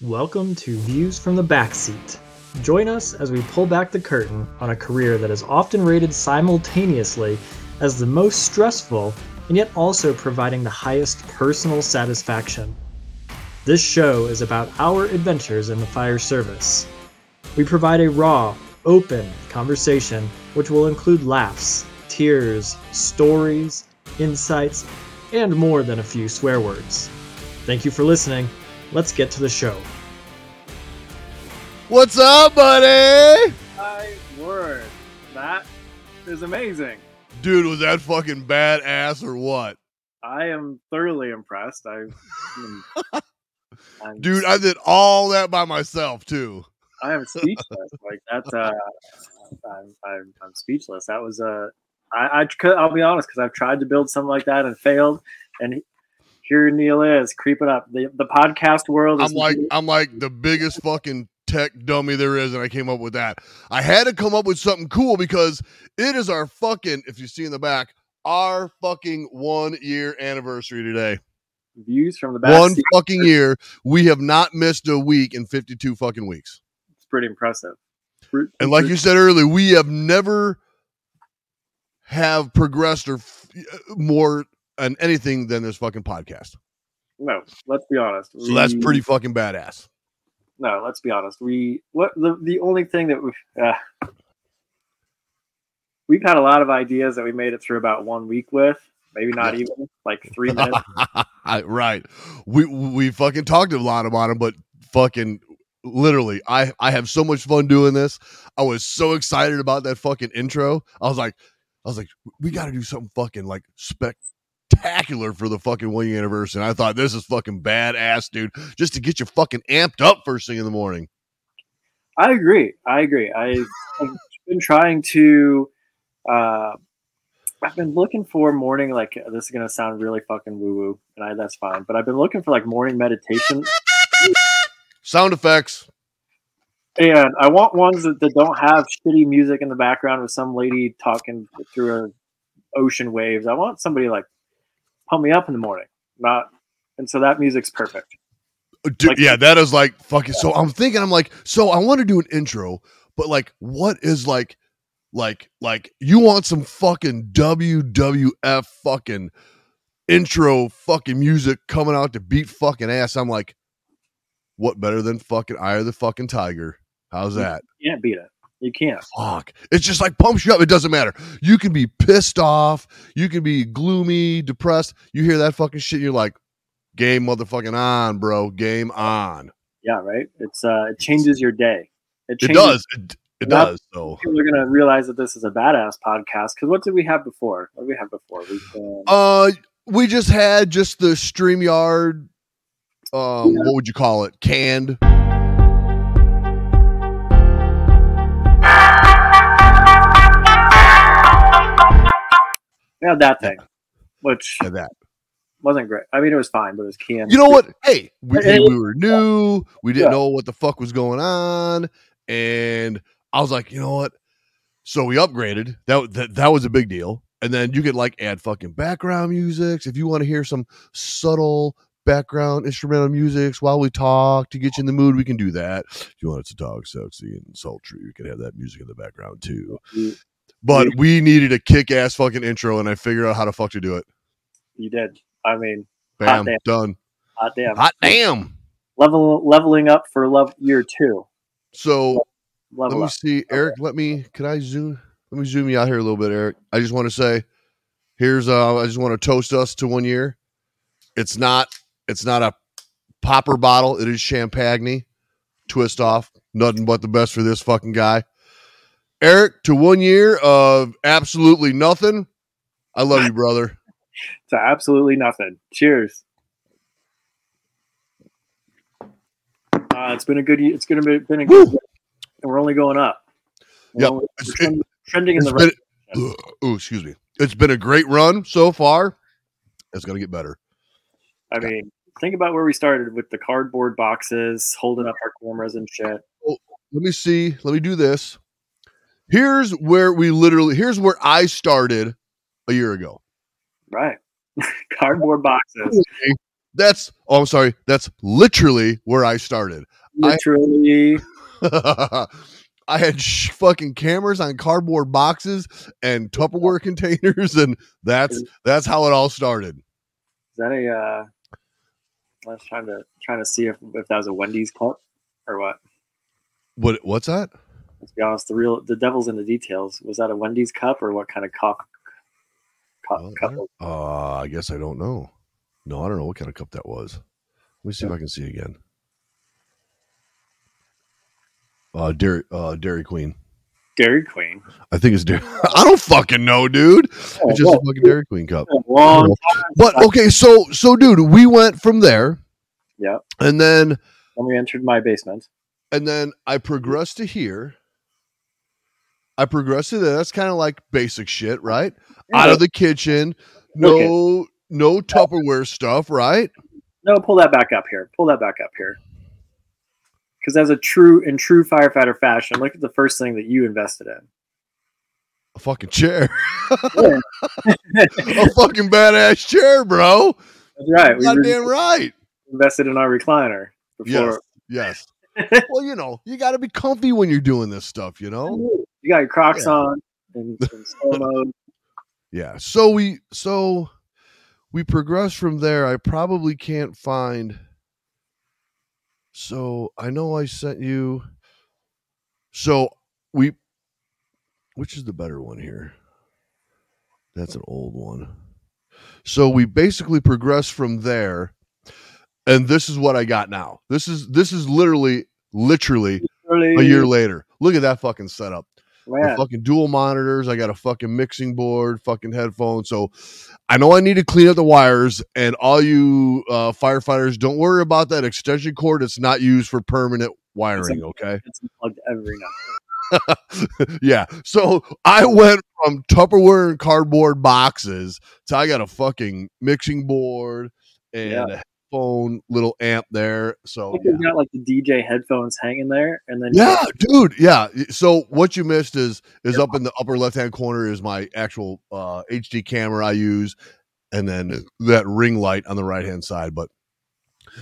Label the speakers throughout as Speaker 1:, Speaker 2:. Speaker 1: Welcome to Views from the Backseat. Join us as we pull back the curtain on a career that is often rated simultaneously as the most stressful and yet also providing the highest personal satisfaction. This show is about our adventures in the fire service. We provide a raw, open conversation which will include laughs, tears, stories, insights, and more than a few swear words. Thank you for listening. Let's get to the show.
Speaker 2: What's up, buddy?
Speaker 3: My word, that is amazing.
Speaker 2: Dude, was that fucking badass or what?
Speaker 3: I am thoroughly impressed. I, am I'm-
Speaker 2: Dude, I did all that by myself too.
Speaker 3: I am speechless. Like that's uh, I'm, I'm, I'm speechless. That was uh, I, I could- I'll be honest because I've tried to build something like that and failed, and here Neil is creeping up the the podcast world. Is
Speaker 2: I'm like I'm like the biggest fucking tech dummy there is, and I came up with that. I had to come up with something cool because it is our fucking, if you see in the back, our fucking one year anniversary today.
Speaker 3: views from the back.
Speaker 2: One
Speaker 3: seat.
Speaker 2: fucking year. We have not missed a week in 52 fucking weeks.
Speaker 3: It's pretty impressive.
Speaker 2: And like you said earlier, we have never have progressed or f- uh, more on anything than this fucking podcast.
Speaker 3: no, let's be honest.
Speaker 2: So that's
Speaker 3: We-
Speaker 2: pretty fucking badass.
Speaker 3: no, let's be honest. We what the the only thing that we've uh, we've had a lot of ideas that we made it through about one week with, maybe not even like three minutes.
Speaker 2: right. We we fucking talked a lot about him, but fucking literally, I I have so much fun doing this. I was so excited about that fucking intro. I was like, I was like, we got to do something fucking like spectacular for the fucking one year anniversary. And I thought this is fucking badass, dude. Just to get you fucking amped up first thing in the morning.
Speaker 3: I agree. I agree. I, I've been trying to. Uh, I've been looking for morning like this is gonna sound really fucking woo woo, and I that's fine. But I've been looking for like morning meditation,
Speaker 2: Sound effects.
Speaker 3: and I want ones that, that don't have shitty music in the background with some lady talking through a ocean waves. I want somebody like pump me up in the morning, not. And so that music's perfect.
Speaker 2: Dude,
Speaker 3: Like-
Speaker 2: yeah, that is like fucking. So I'm thinking, I'm like, so I want to do an intro, but like, what is like, like, like you want some fucking WWF fucking intro fucking music coming out to beat fucking ass? I'm like, what better than fucking Eye of the fucking Tiger? How's that?
Speaker 3: You can't beat it. You can't.
Speaker 2: fuck. It's just like pumps you up. It doesn't matter. You can be pissed off. You can be gloomy, depressed. You hear that fucking shit. You're like, game motherfucking on, bro. Game on.
Speaker 3: Yeah, right. It's uh, it changes your day.
Speaker 2: It
Speaker 3: changes-
Speaker 2: does. It,
Speaker 3: Yep.
Speaker 2: it does. So,
Speaker 3: people are gonna realize that this is a badass podcast. Because what did we have before? What did we have before? We, um,
Speaker 2: uh, we just had just the StreamYard. Um,
Speaker 3: Yeah.
Speaker 2: what would you call it? Canned.
Speaker 3: we had that thing, which
Speaker 2: and That.
Speaker 3: wasn't great. I mean, it was fine, but it was canned.
Speaker 2: You know what? Hey, we,
Speaker 3: Hey,
Speaker 2: we were new. We didn't
Speaker 3: Yeah.
Speaker 2: know what the fuck was going on, and I was like, you know what? So we upgraded. That that, that was a big deal. And then you could like add fucking background musics if you want to hear some subtle background instrumental musics while we talk to get you in the mood. We can do that. If you want it to talk sexy and sultry, you can have that music in the background too.
Speaker 3: You,
Speaker 2: But we needed a kick ass fucking intro, and I figured out how the fuck to do it.
Speaker 3: you did. I mean, Hot
Speaker 2: Bam,
Speaker 3: damn.
Speaker 2: done.
Speaker 3: hot damn.
Speaker 2: Hot damn.
Speaker 3: Level leveling up for love year two.
Speaker 2: So let
Speaker 3: Level
Speaker 2: me
Speaker 3: up.
Speaker 2: see, Eric. Let me. Can I zoom? Let me zoom you out here a little bit, Eric. I just want to say, here's. Uh, I just want to toast us to one year. It's not. It's not a popper bottle. It is champagne. Twist off. Nothing but the best for this fucking guy, Eric. To one year of absolutely nothing. I love you, brother.
Speaker 3: To absolutely nothing. Cheers. Uh, it's been a good. ye- It's gonna be been a good.
Speaker 2: Woo!
Speaker 3: year, And we're only going up. We're
Speaker 2: Yep.
Speaker 3: only- we're
Speaker 2: It's-
Speaker 3: trend- trending in
Speaker 2: It's
Speaker 3: the right.
Speaker 2: been, ooh, excuse me. It's been a great run so far. It's gonna get better.
Speaker 3: I mean, think about where we started with the cardboard boxes, holding up our cameras and shit.
Speaker 2: let me see. Let me do this. Here's where we literally here's where I started a year ago.
Speaker 3: Right. cardboard boxes.
Speaker 2: That's oh, I'm sorry. That's literally where I started. I-
Speaker 3: Literally,
Speaker 2: I had sh- fucking cameras on cardboard boxes and Tupperware containers, and that's that's how it all started.
Speaker 3: is that a? Uh, I was trying to trying to see if, if that was a Wendy's club or what.
Speaker 2: What what's that?
Speaker 3: Let's be honest. The real the devil's in the details. Was that a Wendy's cup or what kind of cock? Cup,
Speaker 2: Oh,
Speaker 3: cup?
Speaker 2: Uh, I guess I don't know. No, I don't know what kind of cup that was. Let me see if I can see again. Uh, Dairy uh, Dairy Queen.
Speaker 3: Dairy Queen.
Speaker 2: I think it's Dairy. I don't fucking know, dude.
Speaker 3: Oh,
Speaker 2: It's just a fucking Dairy Queen cup.
Speaker 3: a long time.
Speaker 2: But okay, so so dude, we went from there,
Speaker 3: Yeah.
Speaker 2: and then
Speaker 3: When we entered my basement,
Speaker 2: and then I progressed to here. I progressed to there. That's kind of like basic shit, right? Out of the kitchen, no no Tupperware stuff, right?
Speaker 3: No, pull that back up here. Pull that back up here. Because as a true in true firefighter fashion, look at the first thing that you invested in.
Speaker 2: A fucking chair, a fucking badass chair, bro.
Speaker 3: That's right. We
Speaker 2: Goddamn
Speaker 3: re-
Speaker 2: right.
Speaker 3: invested in our recliner before.
Speaker 2: Yes. well, you know, you got to be comfy when you're doing this stuff, you know.
Speaker 3: You got your Crocs
Speaker 2: Oh. Yeah.
Speaker 3: on and, and slow mode.
Speaker 2: Yeah. So we so we progress from there. I probably can't find. So I know I sent you. So we, which is the better one here? That's an old one. So we basically progress from there, and this is what I got now. This is this is literally literally a year later. Look at that fucking setup the
Speaker 3: Man,
Speaker 2: fucking dual monitors. I got a fucking mixing board, fucking headphones. So I know I need to clean up the wires. And all you uh, firefighters, don't worry about that extension cord. It's not used for permanent wiring. Okay.
Speaker 3: it's plugged every night.
Speaker 2: yeah. So I went from Tupperware and cardboard boxes to I got a fucking mixing board and a headphone little amp there. So
Speaker 3: Look, you got like the DJ headphones hanging there, and then
Speaker 2: Oh, Yeah, dude. Yeah. So what you missed is is up in the upper left hand corner is my actual uh, HD camera I use, and then that ring light on the right hand side. But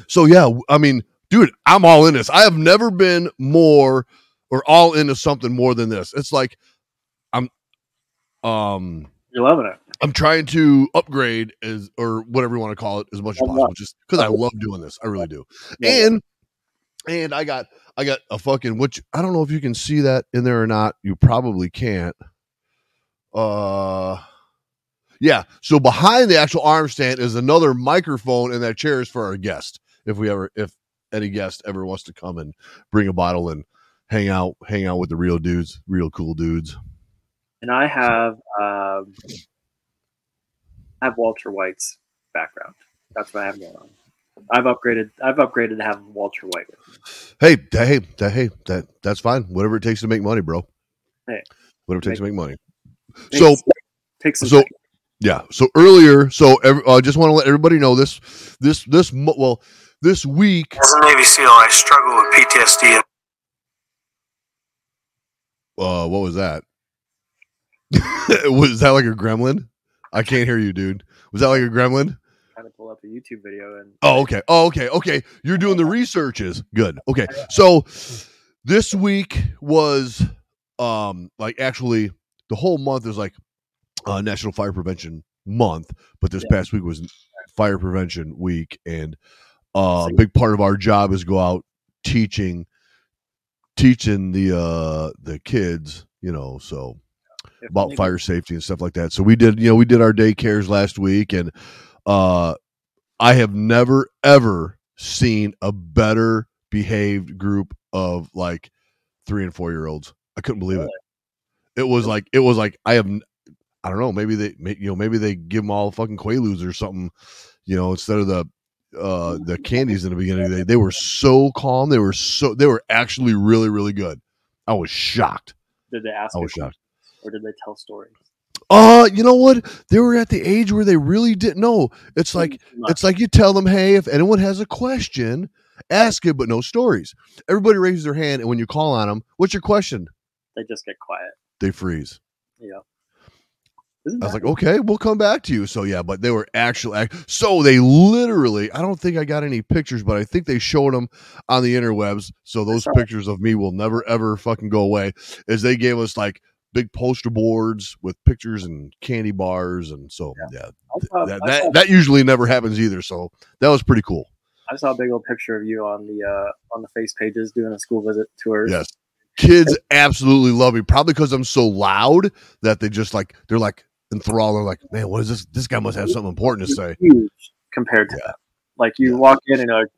Speaker 2: so yeah, I mean, dude, I'm all in this. I have never been more or all into something more than this. It's like I'm um
Speaker 3: you're loving it.
Speaker 2: I'm trying to upgrade as or whatever you want to call it as much as
Speaker 3: Why not?
Speaker 2: possible, just because I love doing this. I really do
Speaker 3: Yeah.
Speaker 2: and and I got I got a fucking which I don't know if you can see that in there or not. You probably can't. Uh yeah. So behind the actual arm stand is another microphone and that chair is for our guest. If we ever if any guest ever wants to come and bring a bottle and hang out hang out with the real dudes, real cool dudes.
Speaker 3: and I have um, I have Walter White's background. That's what I have going on. I've upgraded. I've upgraded to have Walter White. With me.
Speaker 2: Hey, that, hey, that, hey, that that's fine. Whatever it takes to make money, bro.
Speaker 3: Hey.
Speaker 2: Whatever it takes to make money.
Speaker 3: Takes-
Speaker 2: So
Speaker 3: takes some
Speaker 2: so-
Speaker 3: seconds.
Speaker 2: Yeah. So earlier, so I uh, just want to let everybody know this, this, this, mo- well, this week.
Speaker 4: As a Navy SEAL, I struggle with PTSD.
Speaker 2: Uh, what was that? was that like a gremlin? I can't hear you, dude. Was that like a gremlin?
Speaker 3: trying to pull up a YouTube video and
Speaker 2: Oh, okay. Oh, okay. Okay. You're doing the researches. Good. Okay. So this week was um like actually the whole month is like uh National Fire Prevention Month, but this
Speaker 3: Yeah.
Speaker 2: past week was Fire Prevention Week and uh a
Speaker 3: See.
Speaker 2: big part of our job is go out teaching teaching the uh the kids, you know, so
Speaker 3: if
Speaker 2: about
Speaker 3: maybe-
Speaker 2: fire safety and stuff like that. So we did, you know, we did our daycares last week, and uh, I have never ever seen a better behaved group of like three and four year olds. I couldn't believe it. It was like it was like I have, n- I don't know, maybe they, may- you know, maybe they give them all fucking quaaludes or something, you know, instead of the uh the candies in the beginning they, they were so calm they were so they were actually really really good i was shocked
Speaker 3: Did they ask?
Speaker 2: i
Speaker 3: you
Speaker 2: was shocked
Speaker 3: or did they tell stories?
Speaker 2: uh, you know what? They were at the age where they really didn't know. It's like it's like you tell them, hey, if anyone has a question, ask it, but no stories. Everybody raises their hand, and when you call on them, what's your question?
Speaker 3: they just get quiet.
Speaker 2: They freeze.
Speaker 3: Yeah. Isn't
Speaker 2: I was
Speaker 3: that-
Speaker 2: like, okay, we'll come back to you. So yeah, but they were actual. act- So they literally, I don't think I got any pictures, but I think they showed them on the interwebs. So those
Speaker 3: saw it.
Speaker 2: pictures of me will never ever fucking go away. Is they gave us like big poster boards with pictures and candy bars, and so yeah,
Speaker 3: I saw,
Speaker 2: that,
Speaker 3: I saw-
Speaker 2: that that usually never happens either. So that was pretty cool.
Speaker 3: I saw a big old picture of you on the uh, on the face pages doing a school visit tour.
Speaker 2: Yes. Kids absolutely love me, probably because I'm so loud that they just like they're like enthralled. They're like, man, what is this? This guy must have something important to say.
Speaker 3: huge compared to
Speaker 2: Yeah.
Speaker 3: them. Like you
Speaker 2: Yeah.
Speaker 3: walk in and like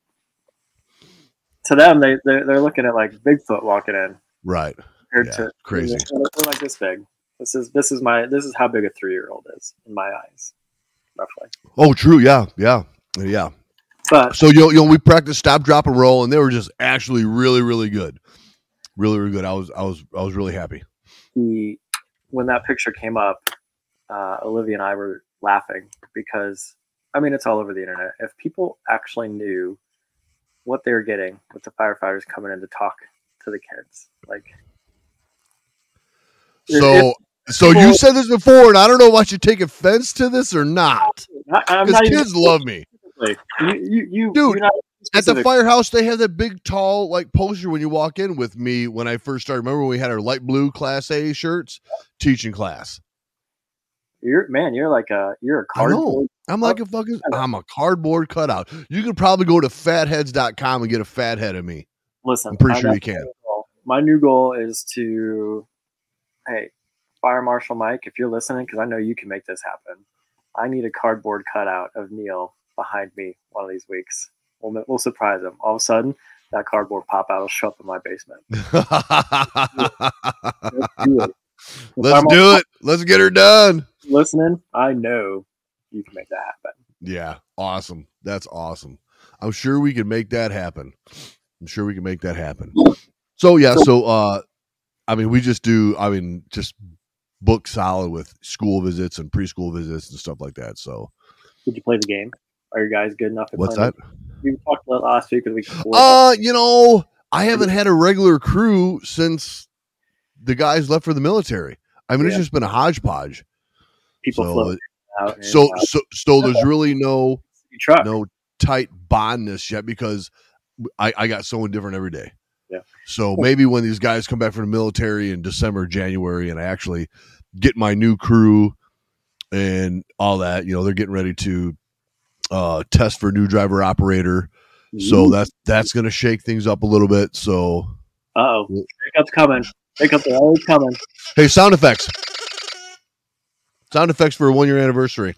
Speaker 3: to them, they they're, they're looking at like Bigfoot walking in
Speaker 2: Right.
Speaker 3: compared
Speaker 2: Yeah,
Speaker 3: to
Speaker 2: crazy.
Speaker 3: They're, they're like this big. This is this is my this is how big a three year old is in my eyes, roughly.
Speaker 2: Oh, true. Yeah. Yeah. Yeah.
Speaker 3: But
Speaker 2: So you know, you know, we practiced stop, drop, and roll, and they were just actually really, really good. Really, really good. I was I was I was really happy.
Speaker 3: the when that picture came up, uh, Olivia and I were laughing because I mean it's all over the internet. If people actually knew what they were getting with the firefighters coming in to talk to the kids, like If-
Speaker 2: So so you said this before, and I don't know why you take offense to this or not.
Speaker 3: I, I'm
Speaker 2: Because
Speaker 3: not even
Speaker 2: kids love me.
Speaker 3: specifically. You, you, you,
Speaker 2: Dude,
Speaker 3: you're not
Speaker 2: At the
Speaker 3: specific.
Speaker 2: firehouse, they have that big, tall, like poster when you walk in with me when I first started. Remember when we had our light blue Class A shirts teaching class?
Speaker 3: You're man, you're like a you're a
Speaker 2: I know.
Speaker 3: cardboard.
Speaker 2: I'm like a fucking, I'm a cardboard cutout. You could probably go to fatheads.com and get a fat head of me.
Speaker 3: Listen,
Speaker 2: I'm pretty
Speaker 3: I
Speaker 2: sure
Speaker 3: got
Speaker 2: you can.
Speaker 3: my goal. My new goal is to, hey, Fire Marshal Mike, if you're listening, because I know you can make this happen. I need a cardboard cutout of Neil behind me one of these weeks. We'll ma- we'll surprise him. All of a sudden, that cardboard pop out will show up in my basement. Let's do it. If
Speaker 2: Let's
Speaker 3: Fire
Speaker 2: do
Speaker 3: Marshal
Speaker 2: it. Let's get her done.
Speaker 3: Mike's Listening, I know you can make that happen.
Speaker 2: Yeah. Awesome. That's awesome. I'm sure we can make that happen. I'm sure we can make that happen. So yeah, so uh I mean we just do I mean just book solid with school visits and preschool visits and stuff like that. So
Speaker 3: Did you play the game? Are you guys good enough? At
Speaker 2: what's
Speaker 3: playing
Speaker 2: that?
Speaker 3: the- We talked about it last week. and We can
Speaker 2: Uh you know, I haven't had a regular crew since the guys left for the military. I mean it's
Speaker 3: Yeah.
Speaker 2: just been a hodgepodge.
Speaker 3: people
Speaker 2: so
Speaker 3: floating out. and
Speaker 2: so
Speaker 3: out.
Speaker 2: so so there's really no
Speaker 3: You try.
Speaker 2: no tight bondness yet because I, I got someone different every day.
Speaker 3: Yeah.
Speaker 2: So maybe when these guys come back from the military in December, January, and I actually get my new crew and all that, you know, they're getting ready to uh, test for new driver operator. So that's that's gonna shake things up a little bit. So
Speaker 3: Uh oh. Backup's coming. Backup's always coming.
Speaker 2: hey, sound effects. Sound effects for a one year anniversary.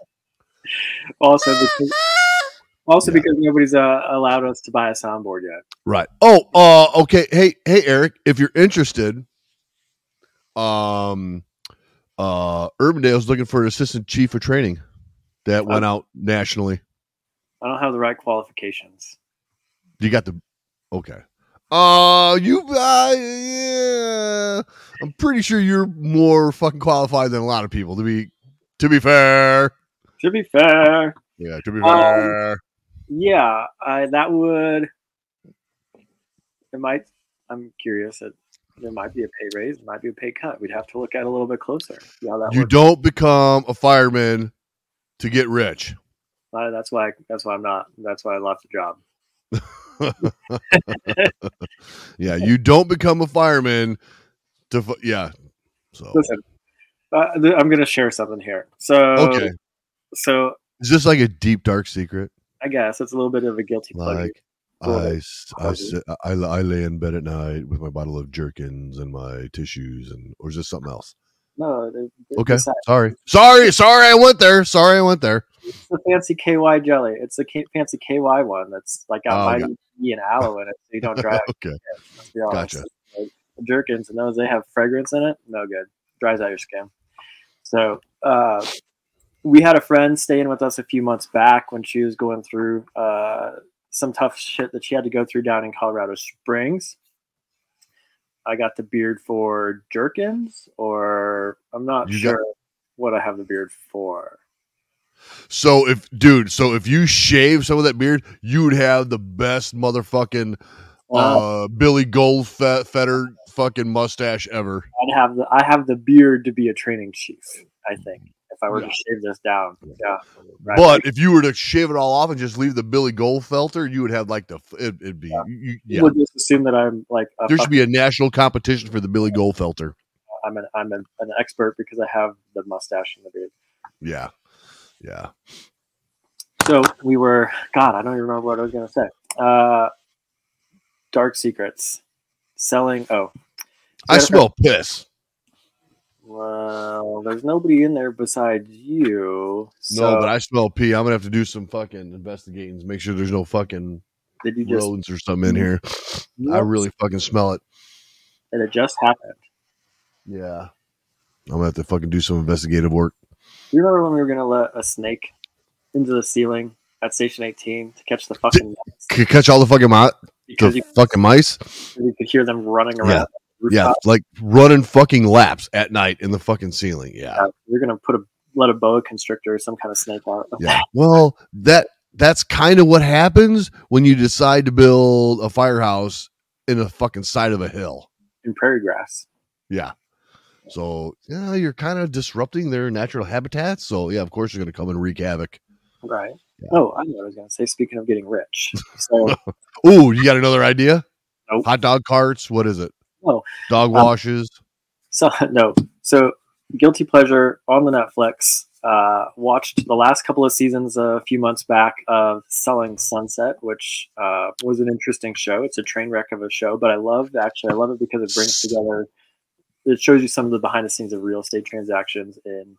Speaker 3: Also because also
Speaker 2: Yeah.
Speaker 3: because nobody's uh, allowed us to buy a soundboard yet.
Speaker 2: Right. Oh, uh, okay. Hey, hey, Eric, if you're interested, um, uh, Urbandale's looking for an assistant chief of training that went
Speaker 3: Uh,
Speaker 2: out nationally.
Speaker 3: I don't have the right qualifications.
Speaker 2: You got the okay. Uh, you, uh, yeah, I'm pretty sure you're more fucking qualified than a lot of people. To be, to be fair,
Speaker 3: To be fair,
Speaker 2: yeah, to be
Speaker 3: Um,
Speaker 2: fair,
Speaker 3: yeah, I, that would. It might. I'm curious. It, there might be a pay raise. There might be a pay cut. We'd have to look at it a little bit closer. see how that
Speaker 2: you
Speaker 3: works.
Speaker 2: don't become a fireman to get rich.
Speaker 3: Uh, that's why. That's why I'm not. That's why I left the job.
Speaker 2: Yeah, you don't become a fireman to fu- yeah. So
Speaker 3: Listen, uh, th- I'm going to share something here. So,
Speaker 2: okay,
Speaker 3: so
Speaker 2: is this like a deep dark secret?
Speaker 3: I guess it's a little bit of a guilty pleasure.
Speaker 2: Like
Speaker 3: Go
Speaker 2: I
Speaker 3: ahead.
Speaker 2: s- I, sit, I I lay in bed at night with my bottle of jerkins and my tissues and or is this something else?
Speaker 3: No, it- it-
Speaker 2: Okay,
Speaker 3: it's, a,
Speaker 2: sorry, sorry, sorry. I went there. Sorry, I went there.
Speaker 3: it's the fancy KY jelly. It's the K- fancy KY one that's like got
Speaker 2: Oh,
Speaker 3: vitamin E and aloe in it, so you don't dry out.
Speaker 2: Okay,
Speaker 3: Let's be honest.
Speaker 2: Gotcha.
Speaker 3: Like, jerkins and those they have fragrance in it. No good. Dries out your skin. So uh, we had a friend staying with us a few months back when she was going through uh, some tough shit that she had to go through down in Colorado Springs. I got the beard for jerkins, or I'm not
Speaker 2: You got-
Speaker 3: sure what I have the beard for.
Speaker 2: so if dude, so if you shave some of that beard, you would have the best motherfucking
Speaker 3: Uh,
Speaker 2: uh, Billy Goldfetter fucking mustache ever.
Speaker 3: I'd have the I have the beard to be a training chief. I think if I were to shave this down. Yeah. Right.
Speaker 2: Mm-hmm. But if you were to shave it all off and just leave the Billy Goldfelter, you would have like the f- it, it'd be
Speaker 3: Yeah.
Speaker 2: you- yeah.
Speaker 3: people would just assume that I'm like a
Speaker 2: There should
Speaker 3: fucking-
Speaker 2: be a national competition for the Billy Goldfelter.
Speaker 3: I'm an I'm an, an expert because I have the mustache and the beard.
Speaker 2: Yeah, yeah.
Speaker 3: So we were God, I don't even remember what I was gonna say. Uh, dark secrets, selling. Oh,
Speaker 2: I
Speaker 3: Jennifer-
Speaker 2: smell piss.
Speaker 3: Well, there's nobody in there besides you. So
Speaker 2: no, but I smell pee. I'm gonna have to do some fucking investigating to make sure there's no fucking
Speaker 3: did you just?
Speaker 2: rodents or something in here. I really fucking smell it.
Speaker 3: And it just happened.
Speaker 2: Yeah, I'm gonna have to fucking do some investigative work.
Speaker 3: You remember when we were gonna let a snake into the ceiling at station 18 to catch the fucking mice
Speaker 2: C- catch all the fucking mi-
Speaker 3: because
Speaker 2: the
Speaker 3: you,
Speaker 2: fucking mice.
Speaker 3: you could hear them running around.
Speaker 2: Yeah.
Speaker 3: the
Speaker 2: Yeah,
Speaker 3: rooftop?
Speaker 2: like running fucking laps at night in the fucking ceiling. Yeah.
Speaker 3: Uh, You're gonna put a let a boa constrictor or some kind of snake out.
Speaker 2: Yeah. Well, that that's kind of what happens when you decide to build a firehouse in the fucking side of a hill.
Speaker 3: in prairie grass.
Speaker 2: Yeah. So yeah, you're kind of disrupting their natural habitat. So yeah, of course you're gonna come and wreak havoc.
Speaker 3: Right.
Speaker 2: Yeah.
Speaker 3: Oh, I know what I was gonna say. Speaking of getting rich, so
Speaker 2: Oh, you got another idea?
Speaker 3: Nope.
Speaker 2: Hot dog carts. What is it?
Speaker 3: No.
Speaker 2: Dog
Speaker 3: Um,
Speaker 2: washes.
Speaker 3: So no, so guilty pleasure on the Netflix. Uh, watched the last couple of seasons a few months back of Selling Sunset, which uh, was an interesting show. It's a train wreck of a show, but I love actually I love it because it brings together. It shows you some of the behind the scenes of real estate transactions in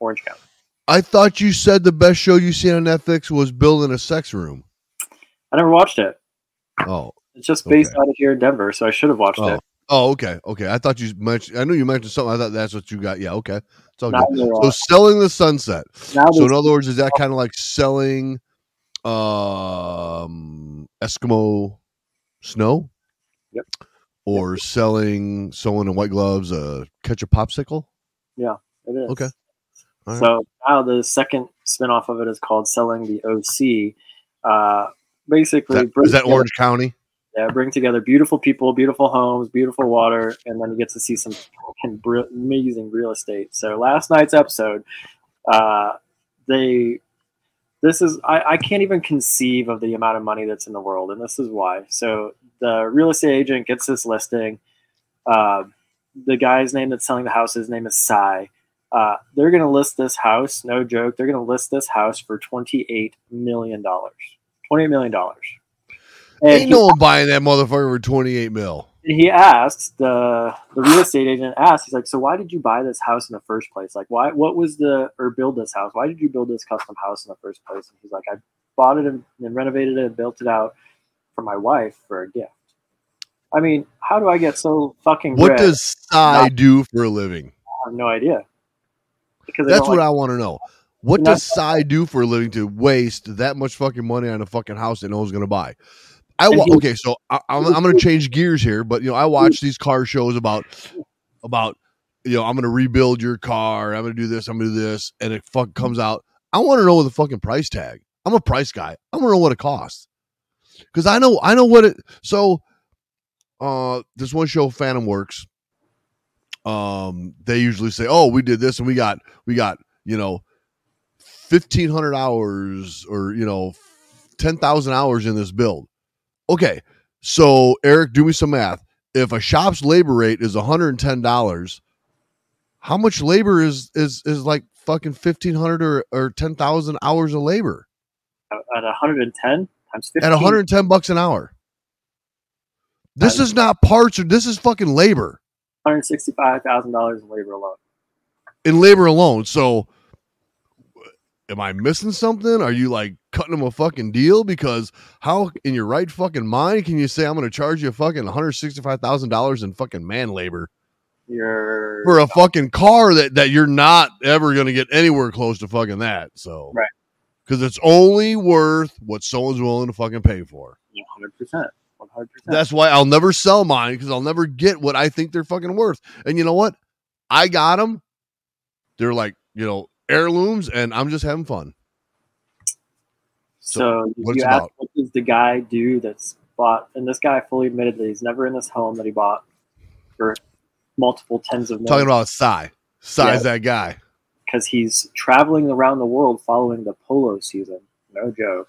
Speaker 3: Orange County.
Speaker 2: I thought you said the best show you seen on Netflix was building a sex room.
Speaker 3: I never watched it.
Speaker 2: Oh,
Speaker 3: It's just based
Speaker 2: Okay.
Speaker 3: out of here in Denver, so I should have watched
Speaker 2: Oh,
Speaker 3: it.
Speaker 2: oh, okay, okay. I thought you mentioned. I knew you mentioned something. I thought that's what you got. Yeah, okay. It's all
Speaker 3: Now
Speaker 2: good.
Speaker 3: they're,
Speaker 2: So
Speaker 3: uh,
Speaker 2: selling the sunset.
Speaker 3: now
Speaker 2: So in
Speaker 3: there's- Oh.
Speaker 2: other words, is that kind of like selling um Eskimo snow?
Speaker 3: Yep.
Speaker 2: Or selling someone in white gloves a catch a popsicle?
Speaker 3: It is.
Speaker 2: Okay. All right.
Speaker 3: So now the second spinoff of it is called Selling the OC. Uh, basically,
Speaker 2: Is that,
Speaker 3: bring
Speaker 2: is that
Speaker 3: together-
Speaker 2: Orange County?
Speaker 3: Yeah, bring together beautiful people, beautiful homes, beautiful water, and then you get to see some fucking br- amazing real estate. So last night's episode, uh, they. This is I, I can't even conceive of the amount of money that's in the world, and this is why. So the real estate agent gets this listing. Uh, the guy's name that's selling the house, his name is Cy. Uh, they're going to list this house, no joke. They're going to list this house for twenty-eight million dollars. Twenty-eight million dollars.
Speaker 2: Ain't no one buying that motherfucker for twenty eight mil.
Speaker 3: he asked the the real estate agent asked he's like so why did you buy this house in the first place like why what was the or build this house why did you build this custom house in the first place and he's like i bought it and, and renovated it and built it out for my wife for a gift i mean how do i get so fucking
Speaker 2: What
Speaker 3: rich?
Speaker 2: does Psy do for a living?
Speaker 3: i have no idea because
Speaker 2: That's what
Speaker 3: like,
Speaker 2: I want to know. What
Speaker 3: No.
Speaker 2: does Psy do for a living to waste that much fucking money on a fucking house that no one's gonna buy? I
Speaker 3: And
Speaker 2: wa-
Speaker 3: he-
Speaker 2: okay, so I, I'm, I'm gonna change gears here, but you know I watch these car shows about about you know I'm gonna rebuild your car, I'm gonna do this, I'm gonna do this, and it fuck comes out. I want to know the fucking price tag. I'm a price guy. I want to know what it costs because I know I know what it. So uh, this one show, Phantom Works. Um, they usually say, "Oh, we did this, and we got we got you know, fifteen hundred hours or you know, ten thousand hours in this build." Okay, so Eric, do me some math. If a shop's labor rate is one hundred and ten dollars, how much labor is is is like fucking fifteen hundred or or ten thousand hours of labor
Speaker 3: at 110 times 15
Speaker 2: at one hundred and ten bucks an hour? This is not parts or this is fucking labor.
Speaker 3: $165000 in labor alone
Speaker 2: in labor alone. So, am I missing something? Are you like cutting them a fucking deal? Because how in your right fucking mind can you say I'm going to charge you fucking one hundred sixty five thousand dollars in fucking man labor
Speaker 3: you're
Speaker 2: for a fucking car that that you're not ever going to get anywhere close to fucking that? So,
Speaker 3: Right.
Speaker 2: Because it's only worth what someone's willing to fucking pay for.
Speaker 3: 100% 100%
Speaker 2: That's why I'll never sell mine because I'll never get what I think they're fucking worth. And you know what? I got them. They're like, you know, heirlooms, and I'm just having fun.
Speaker 3: So,
Speaker 2: what
Speaker 3: you
Speaker 2: it's
Speaker 3: ask
Speaker 2: about.
Speaker 3: what does the guy do that's bought, and this guy fully admitted that he's never in this home that he bought for multiple tens of millions.
Speaker 2: Talking about Psy. Psy's that guy.
Speaker 3: because he's traveling around the world following the polo season. No joke,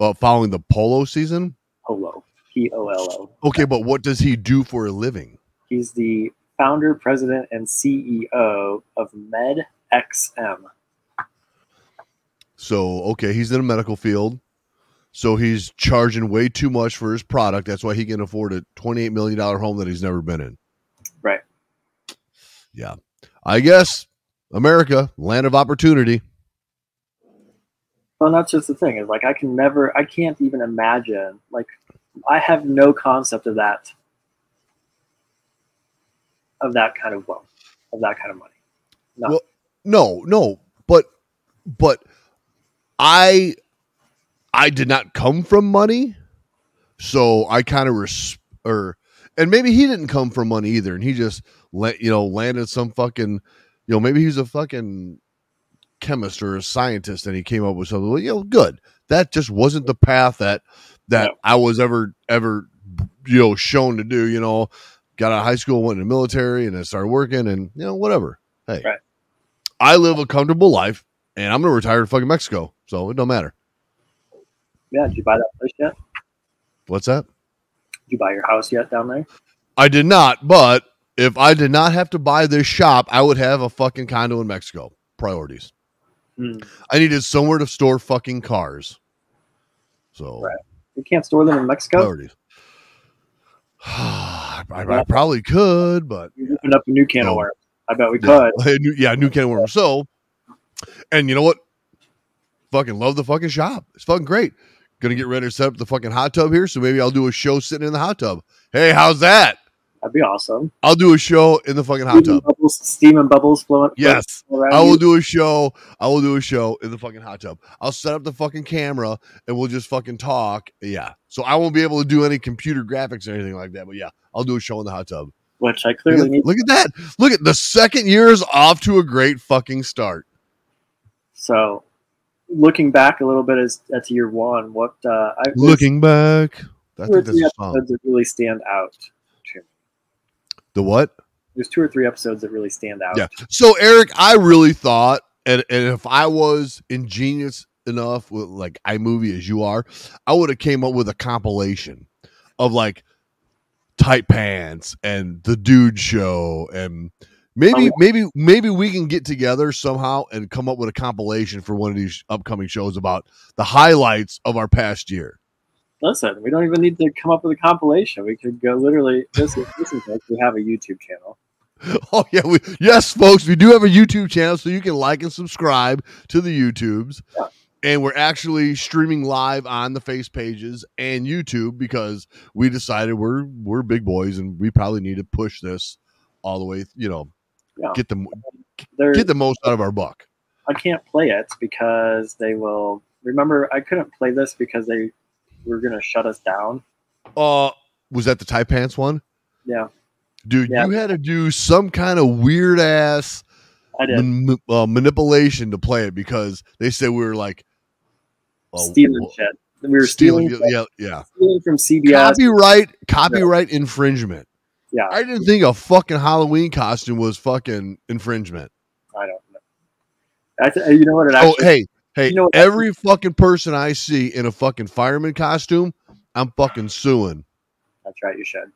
Speaker 2: Well, following the polo season.
Speaker 3: polo. P O L O.
Speaker 2: Okay, but what does he do for a living?
Speaker 3: He's the founder, president, and CEO of MedXM.
Speaker 2: So, okay, he's in a medical field. So he's charging way too much for his product. That's why he can afford a $28 million home that he's never been in.
Speaker 3: Right.
Speaker 2: Yeah. I guess America, land of opportunity.
Speaker 3: Well, that's just the thing. Is like I can never, I can't even imagine. Like I have no concept of that, of that kind of wealth, of that kind of money. No.
Speaker 2: Well- No, no, but but I I did not come from money. So I kind of res- or and maybe he didn't come from money either and he just let you know landed some fucking you know maybe he's a fucking chemist or a scientist and he came up with something well, you know good that just wasn't the path that that
Speaker 3: No.
Speaker 2: I was ever ever you know shown to do you know got out of high school went in the military and I started working and you know whatever hey
Speaker 3: Right.
Speaker 2: I live a comfortable life and I'm gonna retire to fucking Mexico so it don't matter
Speaker 3: yeah, did you buy that place yet?
Speaker 2: what's that
Speaker 3: Did you buy your house yet down there?
Speaker 2: I did not, but if I did not have to buy this shop, I would have a fucking condo in Mexico. Priorities.
Speaker 3: Hmm.
Speaker 2: I needed somewhere to store fucking cars. So
Speaker 3: Right. You can't store them in Mexico.
Speaker 2: priorities. I, I probably could, but
Speaker 3: You opened up a new can
Speaker 2: No.
Speaker 3: of worms. I bet we
Speaker 2: yeah,
Speaker 3: could.
Speaker 2: new, yeah, new can of worms. So, and you know what? Fucking love the fucking shop. It's fucking great. Gonna get ready to set up the fucking hot tub here. So maybe I'll do a show sitting in the hot tub. Hey, how's that?
Speaker 3: That'd be awesome.
Speaker 2: I'll do a show in the fucking hot
Speaker 3: Steam and
Speaker 2: tub.
Speaker 3: bubbles, steam and bubbles flowing.
Speaker 2: Yes.
Speaker 3: flowing around
Speaker 2: I will
Speaker 3: you.
Speaker 2: do a show. I will do a show in the fucking hot tub. I'll set up the fucking camera and we'll just fucking talk. Yeah. So I won't be able to do any computer graphics or anything like that. But yeah, I'll do a show in the hot tub.
Speaker 3: which I
Speaker 2: Look
Speaker 3: clearly
Speaker 2: at,
Speaker 3: need.
Speaker 2: look at that. Look at the second year is off to a great fucking start.
Speaker 3: So, looking back a little bit as at year one, what uh, I
Speaker 2: Looking back. I
Speaker 3: two or
Speaker 2: think that's
Speaker 3: three
Speaker 2: a song.
Speaker 3: episodes that really stand out.
Speaker 2: The what?
Speaker 3: There's two or three episodes that really stand out.
Speaker 2: Yeah. So Eric, I really thought, and, and if I was ingenious enough with like iMovie as you are, I would have came up with a compilation of like tight pants and the dude show and maybe
Speaker 3: Oh, yeah.
Speaker 2: maybe maybe we can get together somehow and come up with a compilation for one of these upcoming shows about the highlights of our past year.
Speaker 3: Listen, we don't even need to come up with a compilation. We could go literally. This is, this is like we have a YouTube channel.
Speaker 2: Oh yeah, we, yes, folks, we do have a YouTube channel, so you can like and subscribe to the YouTubes.
Speaker 3: Yeah.
Speaker 2: And we're actually streaming live on the face pages and YouTube because we decided we're we're big boys and we probably need to push this all the way. You know,
Speaker 3: Yeah.
Speaker 2: get the
Speaker 3: There,
Speaker 2: get the most out of our buck.
Speaker 3: I can't play it because they will. Remember, I couldn't play this because they were going to shut us down.
Speaker 2: Uh, was that the tie pants one,
Speaker 3: Yeah,
Speaker 2: dude?
Speaker 3: Yeah.
Speaker 2: You had to do some kind of weird ass
Speaker 3: I did.
Speaker 2: man- uh, manipulation to play it because they said we were like uh,
Speaker 3: stealing
Speaker 2: well,
Speaker 3: shit. We were stealing,
Speaker 2: stealing,
Speaker 3: from,
Speaker 2: yeah, yeah.
Speaker 3: stealing from CBS.
Speaker 2: copyright copyright infringement.
Speaker 3: Yeah,
Speaker 2: I didn't think a fucking Halloween costume was fucking infringement.
Speaker 3: I don't know. I th- you know what? It actually,
Speaker 2: oh, hey, hey,
Speaker 3: You know what-
Speaker 2: every fucking person I see in a fucking fireman costume, I'm fucking suing.
Speaker 3: That's right. You should.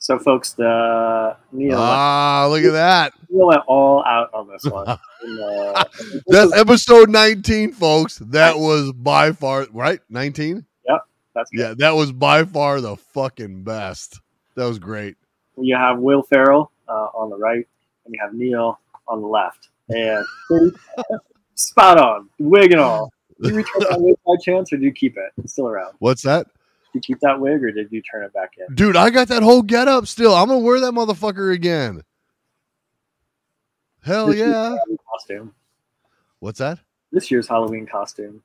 Speaker 3: So, folks, the Neil,
Speaker 2: Ah, look at that.
Speaker 3: Neil went all out on this one. And, uh, this is-
Speaker 2: That's episode 19, folks. That was by far, right? 19?
Speaker 3: that's good.
Speaker 2: Yeah, that was by far the fucking best. That was great.
Speaker 3: You have Will Farrell uh, on the right, and you have Neil on the left, and pretty- spot on, wig and all. Did you return that wig by chance, or do you keep it? It's still around.
Speaker 2: What's that?
Speaker 3: Do you keep that wig, or did you turn it back in?
Speaker 2: Dude, I got that whole get up still. I'm going to wear that motherfucker again. Hell
Speaker 3: This year's
Speaker 2: yeah.
Speaker 3: Halloween Costume.
Speaker 2: What's that?
Speaker 3: This year's Halloween costume.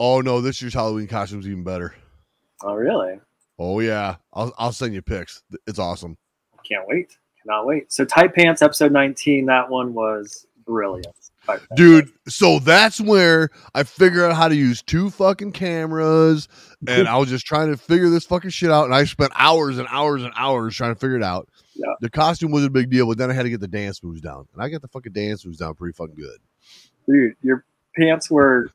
Speaker 2: Oh no, this year's Halloween costume's even better.
Speaker 3: Oh, really?
Speaker 2: Oh yeah, I'll I'll send you pics. It's awesome.
Speaker 3: Can't wait. Cannot wait. So, tight pants, episode nineteen. That one was brilliant, Tight Pants.
Speaker 2: Dude, so that's where I figure out how to use two fucking cameras and I was just trying to figure this fucking shit out and I spent hours and hours and hours trying to figure it out.
Speaker 3: Yeah.
Speaker 2: The costume was a big deal, but then I had to get the dance moves down, and I got the fucking dance moves down pretty fucking good.
Speaker 3: dude. Your pants were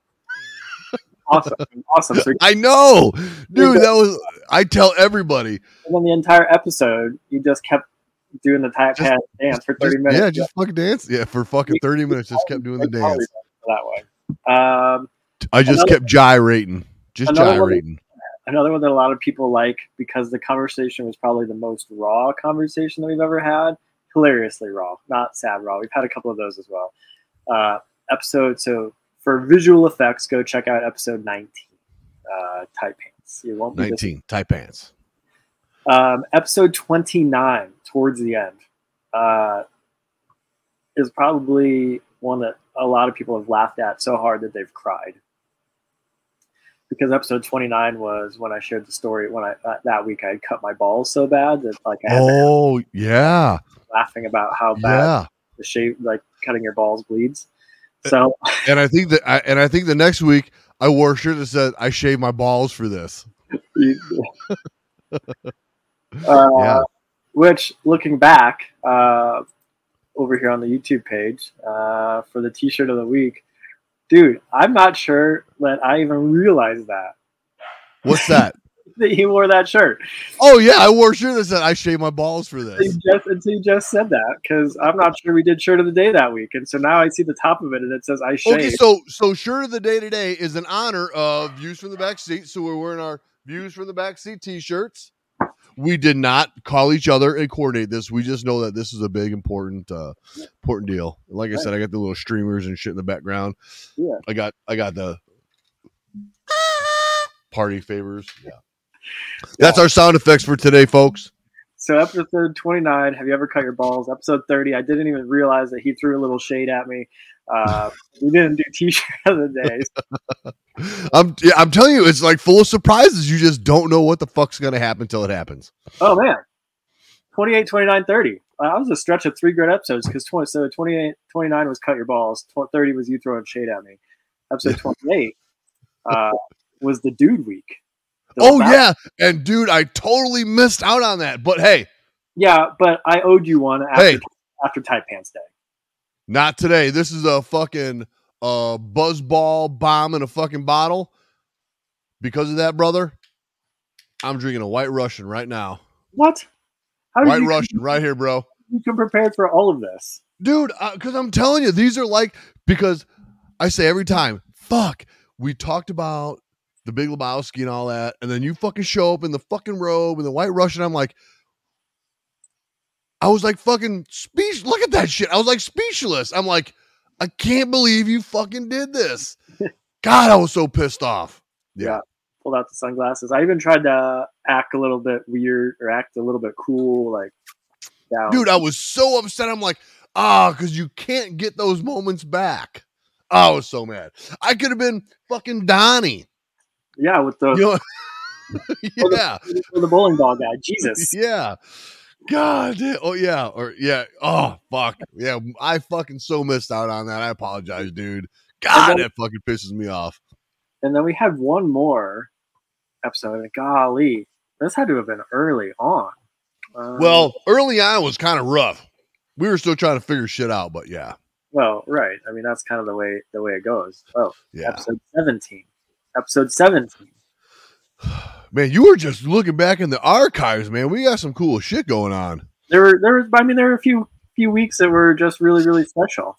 Speaker 3: awesome, awesome. So
Speaker 2: I know, dude. That was I tell everybody.
Speaker 3: and then the entire episode, you just kept doing the tight
Speaker 2: Just-
Speaker 3: pad dance for thirty
Speaker 2: Just-
Speaker 3: minutes.
Speaker 2: Yeah, just fucking dance. Yeah, for fucking thirty minutes, just kept doing the
Speaker 3: Probably
Speaker 2: dance.
Speaker 3: for that one. Um,
Speaker 2: I just
Speaker 3: Another-
Speaker 2: kept gyrating, just
Speaker 3: Another one-
Speaker 2: gyrating.
Speaker 3: another one that a lot of people like because the conversation was probably the most raw conversation that we've ever had. Hilariously raw, not sad raw. We've had a couple of those as well. Uh, episode so for visual effects, go check out episode 19. Uh, tight pants. You won't be dis-
Speaker 2: Nineteen tight pants.
Speaker 3: um, episode 29 towards the end uh, is probably one that a lot of people have laughed at so hard that they've cried because episode 29 was when i shared the story when i uh, that week i had cut my balls so bad that like i had been
Speaker 2: Oh yeah,
Speaker 3: laughing about how bad
Speaker 2: yeah.
Speaker 3: the shape like cutting your balls bleeds so
Speaker 2: And I think that, I, and I think the next week I wore a shirt that said "I shaved my balls for this."
Speaker 3: you- uh,
Speaker 2: Yeah.
Speaker 3: which looking back uh, over here on the YouTube page uh, for the T-shirt of the week, dude, I'm not sure that I even realized that
Speaker 2: What's that?
Speaker 3: that he wore that shirt.
Speaker 2: oh yeah, I wore a shirt that said "I shaved my balls for
Speaker 3: He
Speaker 2: this."
Speaker 3: just, until you just said that because I'm not sure we did shirt of the day that week, and so now I see the top of it and it says I shaved.
Speaker 2: Okay, so so shirt of the day today is in honor of views from the back seat. So we're wearing our views from the back seat t-shirts. We did not call each other and coordinate this. We just know that this is a big important uh important deal. Like I said, I got the little streamers and shit in the background.
Speaker 3: Yeah.
Speaker 2: I got I got the party favors. Yeah. That's our sound effects for today, folks.
Speaker 3: So episode 29, have you ever cut your balls? Episode 30, I didn't even realize that he threw a little shade at me. Uh, we didn't do t-shirt of the day.
Speaker 2: I'm yeah, I'm telling you, it's like full of surprises. You just don't know what the fuck's gonna happen until it happens.
Speaker 3: Oh man, 28, 29, 30. Uh, that was a stretch of three great episodes because 20, so 28, 29 was cut your balls, tw- 30 was you throwing shade at me. Episode 28 uh, was the dude week. The
Speaker 2: Oh
Speaker 3: last-
Speaker 2: yeah, and dude, I totally missed out on that. But hey,
Speaker 3: yeah, but I owed you one after
Speaker 2: Hey.
Speaker 3: after tight pants day.
Speaker 2: not today. This is a fucking uh buzzball bomb in a fucking bottle. Because of that, brother, I'm drinking a White Russian right now.
Speaker 3: What? How did
Speaker 2: White
Speaker 3: you,
Speaker 2: Russian right here, bro.
Speaker 3: you come prepared for all of this?
Speaker 2: Dude, because I'm telling you, these are like because I say every time, fuck, we talked about the Big Lebowski and all that, and then you fucking show up in the fucking robe and the White Russian. I'm like, I was like fucking speech. Look at that shit. I was like speechless. I'm like, I can't believe you fucking did this. God, I was so pissed off. Yeah.
Speaker 3: Pulled out the sunglasses. I even tried to act a little bit weird or act a little bit cool, like down.
Speaker 2: Dude, I was so upset. I'm like, ah, because you can't get those moments back. Oh, I was so mad. I could have been fucking Donnie.
Speaker 3: yeah, with the,
Speaker 2: You know, yeah,
Speaker 3: with Oh, the bowling ball guy. Jesus.
Speaker 2: yeah. God, damn- oh yeah, or yeah, oh fuck, yeah. I fucking so missed out on that. I apologize, dude. God, that fucking pisses me off.
Speaker 3: And then we had one more episode. and Golly, this had to have been early on. Um,
Speaker 2: Well, early on was kind of rough. We were still trying to figure shit out, but yeah,
Speaker 3: well, right. I mean, that's kind of the way the way it goes. Oh,
Speaker 2: yeah.
Speaker 3: episode seventeen. Episode seventeen.
Speaker 2: Man, you were just looking back in the archives, man. We got some cool shit going on.
Speaker 3: There were there was. I mean, there were a few few weeks that were just really really special.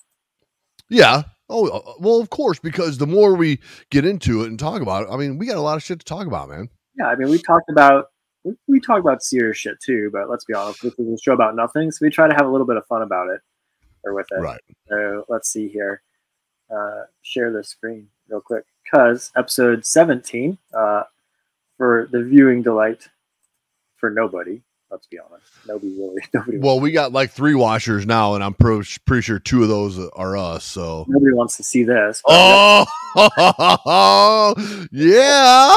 Speaker 2: Yeah. Oh, uh, well, of course, because the more we get into it and talk about it, I mean, we got a lot of shit to talk about, man.
Speaker 3: Yeah, I mean, we talked about we, we talked about serious shit too. But let's be honest, this is a show about nothing, so we try to have a little bit of fun about it or with it.
Speaker 2: Right.
Speaker 3: So let's see here. Uh, share the screen real quick because episode 17 uh, for the viewing delight for nobody. Let's be honest, nobody really, nobody,
Speaker 2: Well, we got like three washers now, and I'm pro- pretty sure two of those are us. So,
Speaker 3: nobody wants to see this. but
Speaker 2: oh, yeah,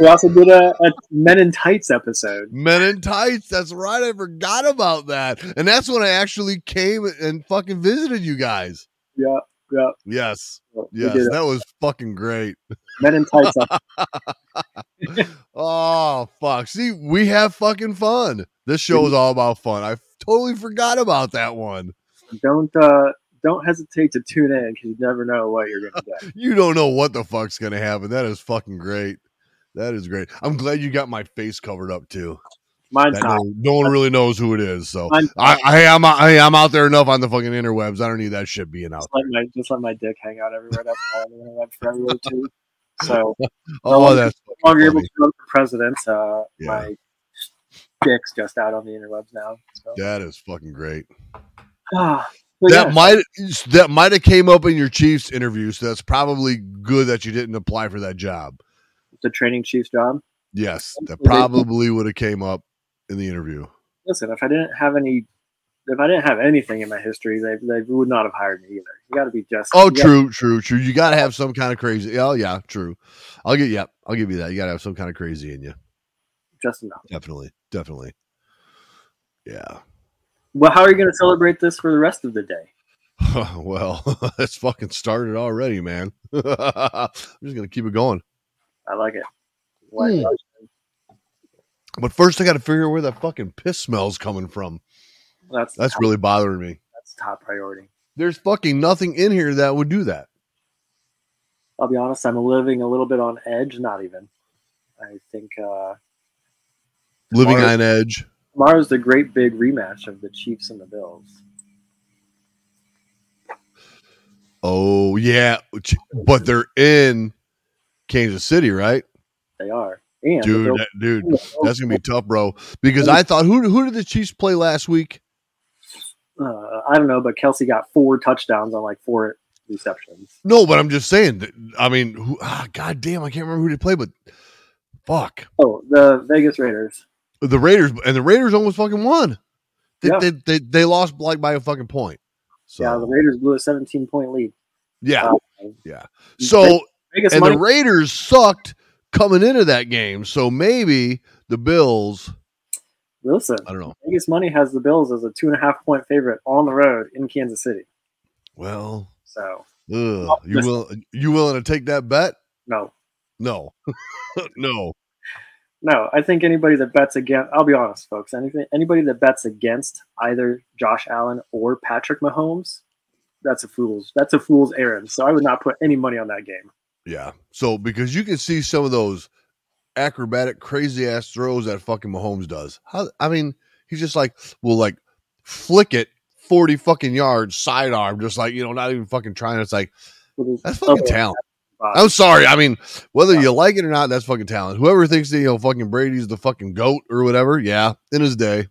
Speaker 3: we also did a, a Men in Tights episode.
Speaker 2: men in tights. That's right. I forgot about that, and that's when I actually came and fucking visited you guys.
Speaker 3: Yeah, yeah,
Speaker 2: Yes,
Speaker 3: we
Speaker 2: yes,
Speaker 3: did a
Speaker 2: that was fucking great.
Speaker 3: Men in Tights. episode.
Speaker 2: Oh fuck! See, we have fucking fun. This show is all about fun. I totally forgot about that one.
Speaker 3: Don't uh, don't hesitate to tune in because you never know what you're gonna get.
Speaker 2: You don't know what the fuck's gonna happen. That is fucking great. That is great. I'm glad you got my face covered up too.
Speaker 3: Mine's
Speaker 2: That
Speaker 3: not.
Speaker 2: no, no one really knows who it is. So
Speaker 3: Mine's
Speaker 2: I, hey, I'm out- hey, I'm out there enough on the fucking interwebs. I don't need that shit being out.
Speaker 3: just let my just let my dick hang out everywhere. That's all I'm gonna have for everywhere too. So no
Speaker 2: Oh,
Speaker 3: one-
Speaker 2: that's
Speaker 3: no longer able
Speaker 2: funny.
Speaker 3: to run for president. Uh,
Speaker 2: Yeah.
Speaker 3: My dick's just out on the interwebs now. So.
Speaker 2: that is fucking great.
Speaker 3: Ah, so
Speaker 2: That
Speaker 3: yeah,
Speaker 2: might that might have came up in your Chiefs interview. So that's probably good that you didn't apply for that job.
Speaker 3: the training chief's job.
Speaker 2: Yes, that
Speaker 3: Absolutely.
Speaker 2: probably would have came up in the interview.
Speaker 3: Listen, if I didn't have any, if I didn't have anything in my history, they they would not have hired me either. You got to be just.
Speaker 2: Oh,
Speaker 3: you gotta-
Speaker 2: true, true, true. You got to have some kind of crazy. Oh, yeah, true. I'll get. Yep, I'll give you that. You got to have some kind of crazy in you.
Speaker 3: just enough.
Speaker 2: Definitely, definitely. Yeah.
Speaker 3: Well, how are you going to celebrate this for the rest of the day?
Speaker 2: well, it's fucking started already, man. I'm just gonna keep it going.
Speaker 3: I like it. Like,
Speaker 2: Hmm. But first, I got to figure out where that fucking piss smell's coming from.
Speaker 3: That's
Speaker 2: That's
Speaker 3: top,
Speaker 2: really bothering me.
Speaker 3: that's top priority.
Speaker 2: There's fucking nothing in here that would do that.
Speaker 3: I'll be honest, I'm living a little bit on edge. Not even. I think uh,
Speaker 2: Living
Speaker 3: Tomorrow-
Speaker 2: on edge.
Speaker 3: tomorrow's the great big rematch of the Chiefs and the Bills.
Speaker 2: Oh yeah, Ch- but they're in Kansas City, right,
Speaker 3: They are, and the
Speaker 2: dude?
Speaker 3: Bills-
Speaker 2: that- dude, that's gonna be tough, bro. Because I thought who who did the Chiefs play last week?
Speaker 3: uh, I don't know, but Kelsey got four touchdowns on like four receptions.
Speaker 2: No, but I'm just saying. That, I mean, who, ah, god damn, I can't remember who they played, but fuck,
Speaker 3: Oh, the Vegas Raiders.
Speaker 2: the Raiders and the Raiders almost fucking won. They,
Speaker 3: Yeah.
Speaker 2: they, they, they lost like by a fucking point. So
Speaker 3: Yeah, the Raiders blew a 17 point lead.
Speaker 2: yeah,
Speaker 3: Uh,
Speaker 2: so
Speaker 3: Vegas
Speaker 2: and
Speaker 3: money.
Speaker 2: the Raiders sucked coming into that game. So maybe the Bills.
Speaker 3: listen,
Speaker 2: I don't know.
Speaker 3: Vegas money has the Bills as a two and a half point favorite on the road in Kansas City.
Speaker 2: Well,
Speaker 3: So
Speaker 2: ugh, you will you willing to take that bet?
Speaker 3: no,
Speaker 2: No, no.
Speaker 3: No, I think anybody that bets against, I'll be honest, folks, anything, anybody that bets against either Josh Allen or Patrick Mahomes, that's a fool's that's a fool's errand. So I would not put any money on that game.
Speaker 2: Yeah. So because you can see some of those acrobatic, crazy ass throws that fucking Mahomes does. How, I mean, he's just like will like flick it forty fucking yards sidearm, just like you know, not even fucking trying. It's like that's fucking
Speaker 3: Okay.
Speaker 2: talent.
Speaker 3: Uh,
Speaker 2: I'm sorry. I mean, whether you like it or not, that's fucking talent. Whoever thinks that you know fucking Brady's the fucking goat or whatever, yeah, in his day,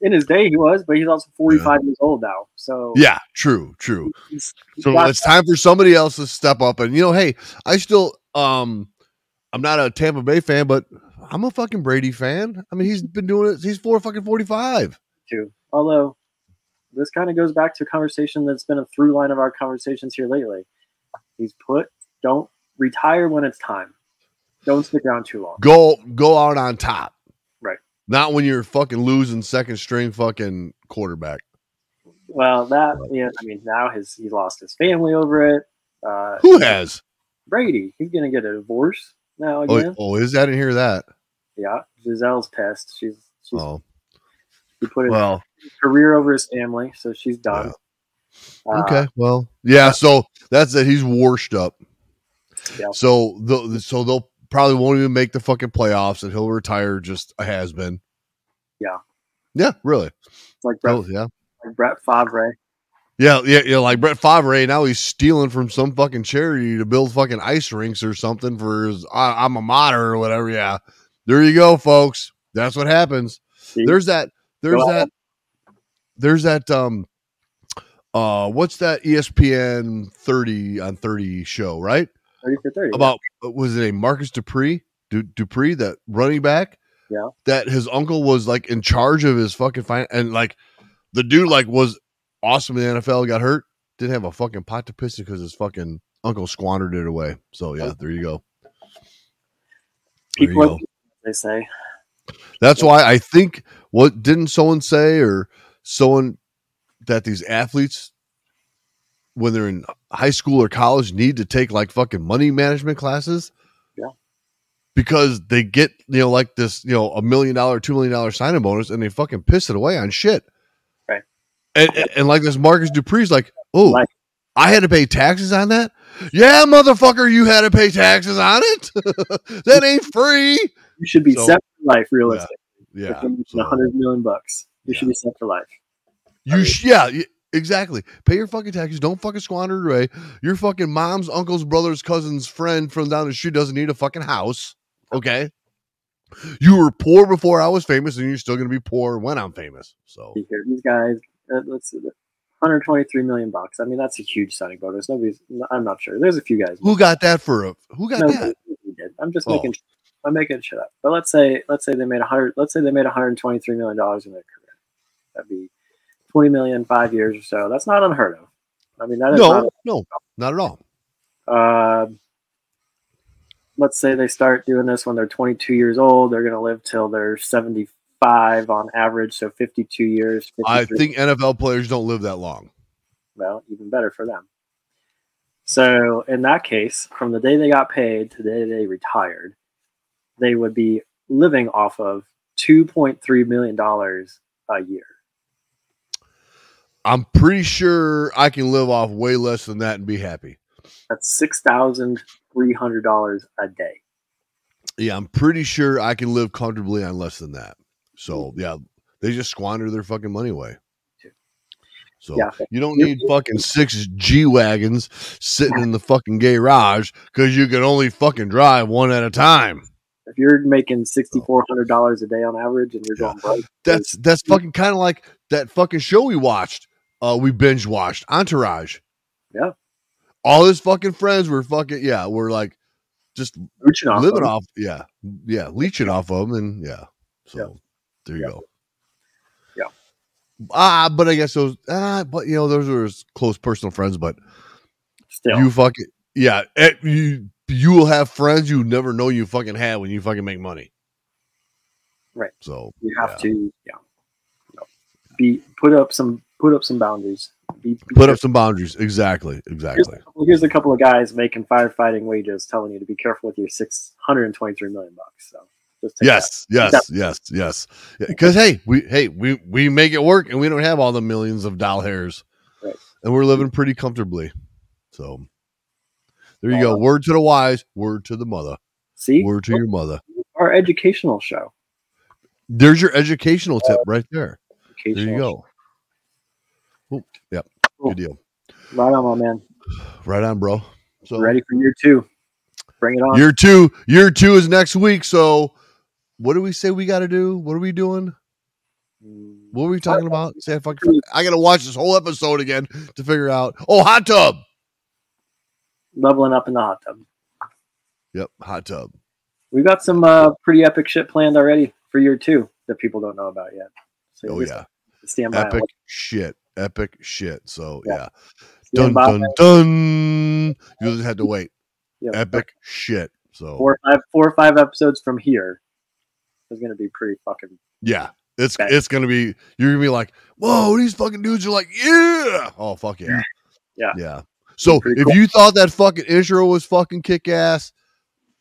Speaker 3: In his day, he was, but he's also 45 years old now. So
Speaker 2: yeah, true, true.
Speaker 3: he's-
Speaker 2: So
Speaker 3: That's-
Speaker 2: it's time for somebody else to step up. And you know, hey, I still um I'm not a Tampa Bay fan, but I'm a fucking Brady fan. I mean, he's been doing it he's four fucking forty five.
Speaker 3: too. Although this kind of goes back to a conversation that's been a through line of our conversations here lately. He's put don't retire when it's time. Don't stick around too long.
Speaker 2: Go go out on top.
Speaker 3: Right.
Speaker 2: Not when you're fucking losing second string fucking quarterback.
Speaker 3: Well, that yeah, I mean, now his he lost his family over it. Uh,
Speaker 2: Who has?
Speaker 3: Brady, he's gonna get a divorce now again.
Speaker 2: Oh, oh, is that? I didn't hear that.
Speaker 3: Yeah, Giselle's pissed. She's she's
Speaker 2: Oh,
Speaker 3: he put his
Speaker 2: well,
Speaker 3: career over his family, so she's done. Uh,
Speaker 2: okay, well, yeah. So that's it. He's washed up.
Speaker 3: Yeah.
Speaker 2: So the so they'll probably won't even make the fucking playoffs, and he'll retire just a has been.
Speaker 3: Yeah.
Speaker 2: Yeah. Really.
Speaker 3: it's like Brett,
Speaker 2: Oh, yeah.
Speaker 3: like Brett Favre.
Speaker 2: Yeah, yeah, yeah, like Brett Favre. Now he's stealing from some fucking charity to build fucking ice rinks or something for his uh, alma mater or whatever. Yeah, there you go, folks. That's what happens.
Speaker 3: See?
Speaker 2: There's that. There's
Speaker 3: Go
Speaker 2: that.
Speaker 3: ahead.
Speaker 2: There's that. Um, uh, what's that ESPN thirty on thirty show? Right
Speaker 3: Thirty for thirty.
Speaker 2: about uh, what was it a Marcus Dupree? Du- Dupree, that running back.
Speaker 3: Yeah.
Speaker 2: That his uncle was like in charge of his fucking fine, and like the dude like was awesome in the NFL. Got hurt, didn't have a fucking pot to piss because his fucking uncle squandered it away. So yeah, there you go. There you
Speaker 3: people
Speaker 2: go.
Speaker 3: like they say.
Speaker 2: That's why I think what didn't someone say or someone that these athletes when they're in high school or college need to take like fucking money management classes.
Speaker 3: Yeah.
Speaker 2: Because they get, you know, like this, you know, a million dollar, two million dollar signing bonus and they fucking piss it away on shit. And, and, and like this Marcus Dupree's like, oh,
Speaker 3: Like-
Speaker 2: I had to pay taxes on that? Yeah, motherfucker, you had to pay taxes on it. that ain't free.
Speaker 3: You should be
Speaker 2: So-
Speaker 3: set for life, realistically.
Speaker 2: Yeah.
Speaker 3: If you
Speaker 2: so-
Speaker 3: hundred million bucks, you should be set for life.
Speaker 2: You sh- yeah, y- exactly. Pay your fucking taxes. Don't fucking squander it away. Your fucking mom's uncle's brother's cousin's friend from down the street doesn't need a fucking house. Okay. You were poor before I was famous, and you're still gonna be poor when I'm famous. So
Speaker 3: See here, these guys. Uh, let's see, 123 million bucks. I mean, that's a huge signing bonus. Nobody's. I'm not sure. There's a few guys.
Speaker 2: who got that for a who got
Speaker 3: No,
Speaker 2: that?
Speaker 3: we did. I'm just
Speaker 2: Oh.
Speaker 3: making. I'm making shit up. But let's say let's say they made 100. Let's say they made 123 million dollars in their career. That'd be 20 million five years or so. That's not unheard of. I mean, that is
Speaker 2: No, no, not at all.
Speaker 3: not. Uh, let's say they start doing this when they're 22 years old. They're going to live till they're 75 on average, so 52 years.
Speaker 2: I
Speaker 3: 53
Speaker 2: think NFL players don't live that long.
Speaker 3: well, even better for them. So, in that case, from the day they got paid to the day they retired, they would be living off of $2.3 million a year.
Speaker 2: I'm pretty sure I can live off way less than that and be happy.
Speaker 3: That's $6,300 a day.
Speaker 2: Yeah, I'm pretty sure I can live comfortably on less than that. So yeah, they just squander their fucking money away. So
Speaker 3: Yeah.
Speaker 2: you don't need fucking six G wagons sitting in the fucking garage because you can only fucking drive one at a time.
Speaker 3: If you're making $6,400 a day on average and you're
Speaker 2: Oh. Yeah.
Speaker 3: going broke,
Speaker 2: That's that's fucking kind of like that fucking show we watched. Uh, we binge watched Entourage.
Speaker 3: Yeah.
Speaker 2: all his fucking friends were fucking yeah, were like just
Speaker 3: mooching off
Speaker 2: living
Speaker 3: them.
Speaker 2: off yeah yeah leeching off of them and yeah so there you
Speaker 3: Yeah.
Speaker 2: go
Speaker 3: Yeah.
Speaker 2: ah but i guess those ah but you know those were his close personal friends but
Speaker 3: still.
Speaker 2: you fucking yeah eh, you you will have friends you never know you fucking had when you fucking make money
Speaker 3: Right.
Speaker 2: so
Speaker 3: you have
Speaker 2: yeah.
Speaker 3: to, yeah. No. Be put up some put up some boundaries. Be, be
Speaker 2: put up some boundaries exactly exactly
Speaker 3: Well, here's a couple of guys making firefighting wages, telling you to be careful with your six hundred and twenty-three million bucks. So just take
Speaker 2: yes yes yes yes because hey we hey we we make it work and we don't have all the millions of doll hairs
Speaker 3: Right.
Speaker 2: and we're living pretty comfortably so there you go
Speaker 3: Follow.
Speaker 2: word to the wise word to the mother
Speaker 3: that. See
Speaker 2: word to your mother
Speaker 3: our educational show.
Speaker 2: there's your educational tip right there there
Speaker 3: Educational
Speaker 2: you go Oop, yep
Speaker 3: Cool.
Speaker 2: good deal
Speaker 3: show. Right on, my man.
Speaker 2: right on bro so
Speaker 3: Ready for year two? Bring it on.
Speaker 2: year two year two is next week so what do we say we got to do what are we doing
Speaker 3: Mm,
Speaker 2: What were we talking about? Say I fucking- I gotta watch this whole episode again to figure out. Oh, hot tub.
Speaker 3: Leveling up in the hot tub.
Speaker 2: Yep, hot tub.
Speaker 3: We've got some uh, pretty epic shit planned already for year two that people don't know about yet. So
Speaker 2: Oh
Speaker 3: just
Speaker 2: yeah,
Speaker 3: stand by.
Speaker 2: epic shit, epic shit. So
Speaker 3: Yeah.
Speaker 2: yeah, dun
Speaker 3: Stand by.
Speaker 2: dun dun. You just had to wait.
Speaker 3: Yeah,
Speaker 2: Epic shit. So
Speaker 3: Four or five, four or five episodes from here is going to be pretty fucking.
Speaker 2: yeah, it's
Speaker 3: Okay.
Speaker 2: it's gonna be. You're gonna be like, whoa, these fucking dudes are like, yeah. Oh fuck yeah,
Speaker 3: Yeah.
Speaker 2: yeah. So
Speaker 3: Pretty
Speaker 2: if
Speaker 3: cool.
Speaker 2: you thought that fucking intro was fucking kick ass,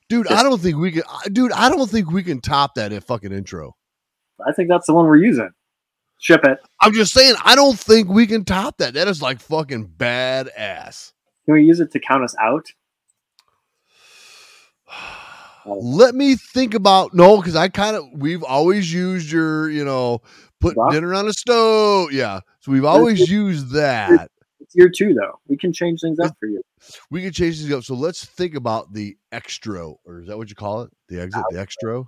Speaker 2: dude,
Speaker 3: Yeah.
Speaker 2: I don't think we can. I- Dude, I don't think we can top that at fucking intro.
Speaker 3: I think that's the one we're using. Ship it.
Speaker 2: I'm just saying, I don't think we can top that. That is like fucking badass.
Speaker 3: Can we use it to count us out?
Speaker 2: Let me think about no, because I kind of we've always used your, you know, put
Speaker 3: Wow.
Speaker 2: dinner on a stove. Yeah. So we've always used that.
Speaker 3: It's year two though. We can change things up for you.
Speaker 2: We could change these up. So let's think about the extra, or is that what you call it? The exit, the extra?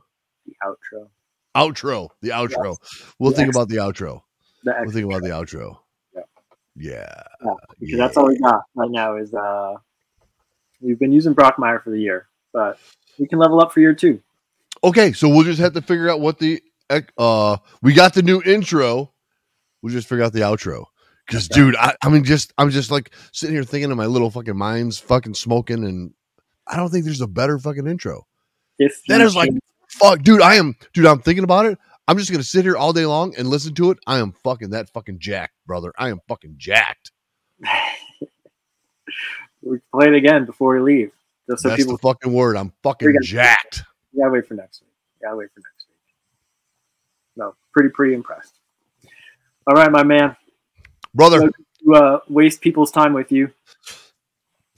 Speaker 3: The outro.
Speaker 2: Outro. The outro. We'll think
Speaker 3: Yes.
Speaker 2: about the outro.
Speaker 3: The
Speaker 2: We'll
Speaker 3: ex-
Speaker 2: think about the outro.
Speaker 3: Yeah.
Speaker 2: Yeah.
Speaker 3: because That's all we got right now is uh we've been using Brockmire for the year, but we can level up for year two.
Speaker 2: Okay, so we'll just have to figure out what the uh we got the new intro. We'll just figure out the outro. Cause dude, I, I mean just I'm just like sitting here thinking in my little fucking mind's fucking smoking and I don't think there's a better fucking intro.
Speaker 3: If
Speaker 2: That
Speaker 3: you
Speaker 2: is like
Speaker 3: can-
Speaker 2: fuck dude, I am dude, I'm thinking about it. I'm just gonna sit here all day long and listen to it. I am fucking that fucking jacked, brother. I am fucking jacked.
Speaker 3: we can play it again before we leave. Just so
Speaker 2: That's
Speaker 3: people
Speaker 2: the fucking word. I'm
Speaker 3: We
Speaker 2: fucking
Speaker 3: gotta-
Speaker 2: jacked.
Speaker 3: you gotta wait for next week. You gotta wait for next week. No, pretty pretty impressed. All right, my man. to
Speaker 2: brother.
Speaker 3: uh, waste people's time with you.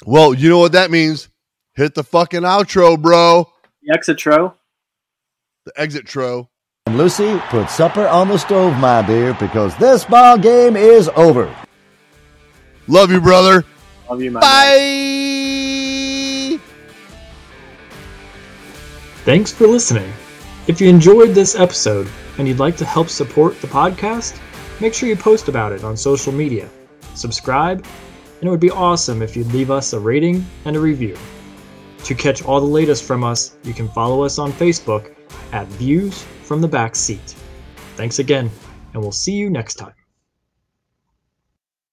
Speaker 2: Well, you know what that means. Hit the fucking outro, bro.
Speaker 3: The exit tro.
Speaker 2: The exit tro.
Speaker 5: And Lucy, put supper on the stove, my dear, because this ball game is over.
Speaker 2: Love you, brother.
Speaker 3: Love you, my man.
Speaker 2: Bye.
Speaker 1: Thanks for listening. If you enjoyed this episode and you'd like to help support the podcast, make sure you post about it on social media, subscribe, and it would be awesome if you'd leave us a rating and a review. To catch all the latest from us, you can follow us on Facebook at Views from the Back Seat. Thanks again, and we'll see you next time.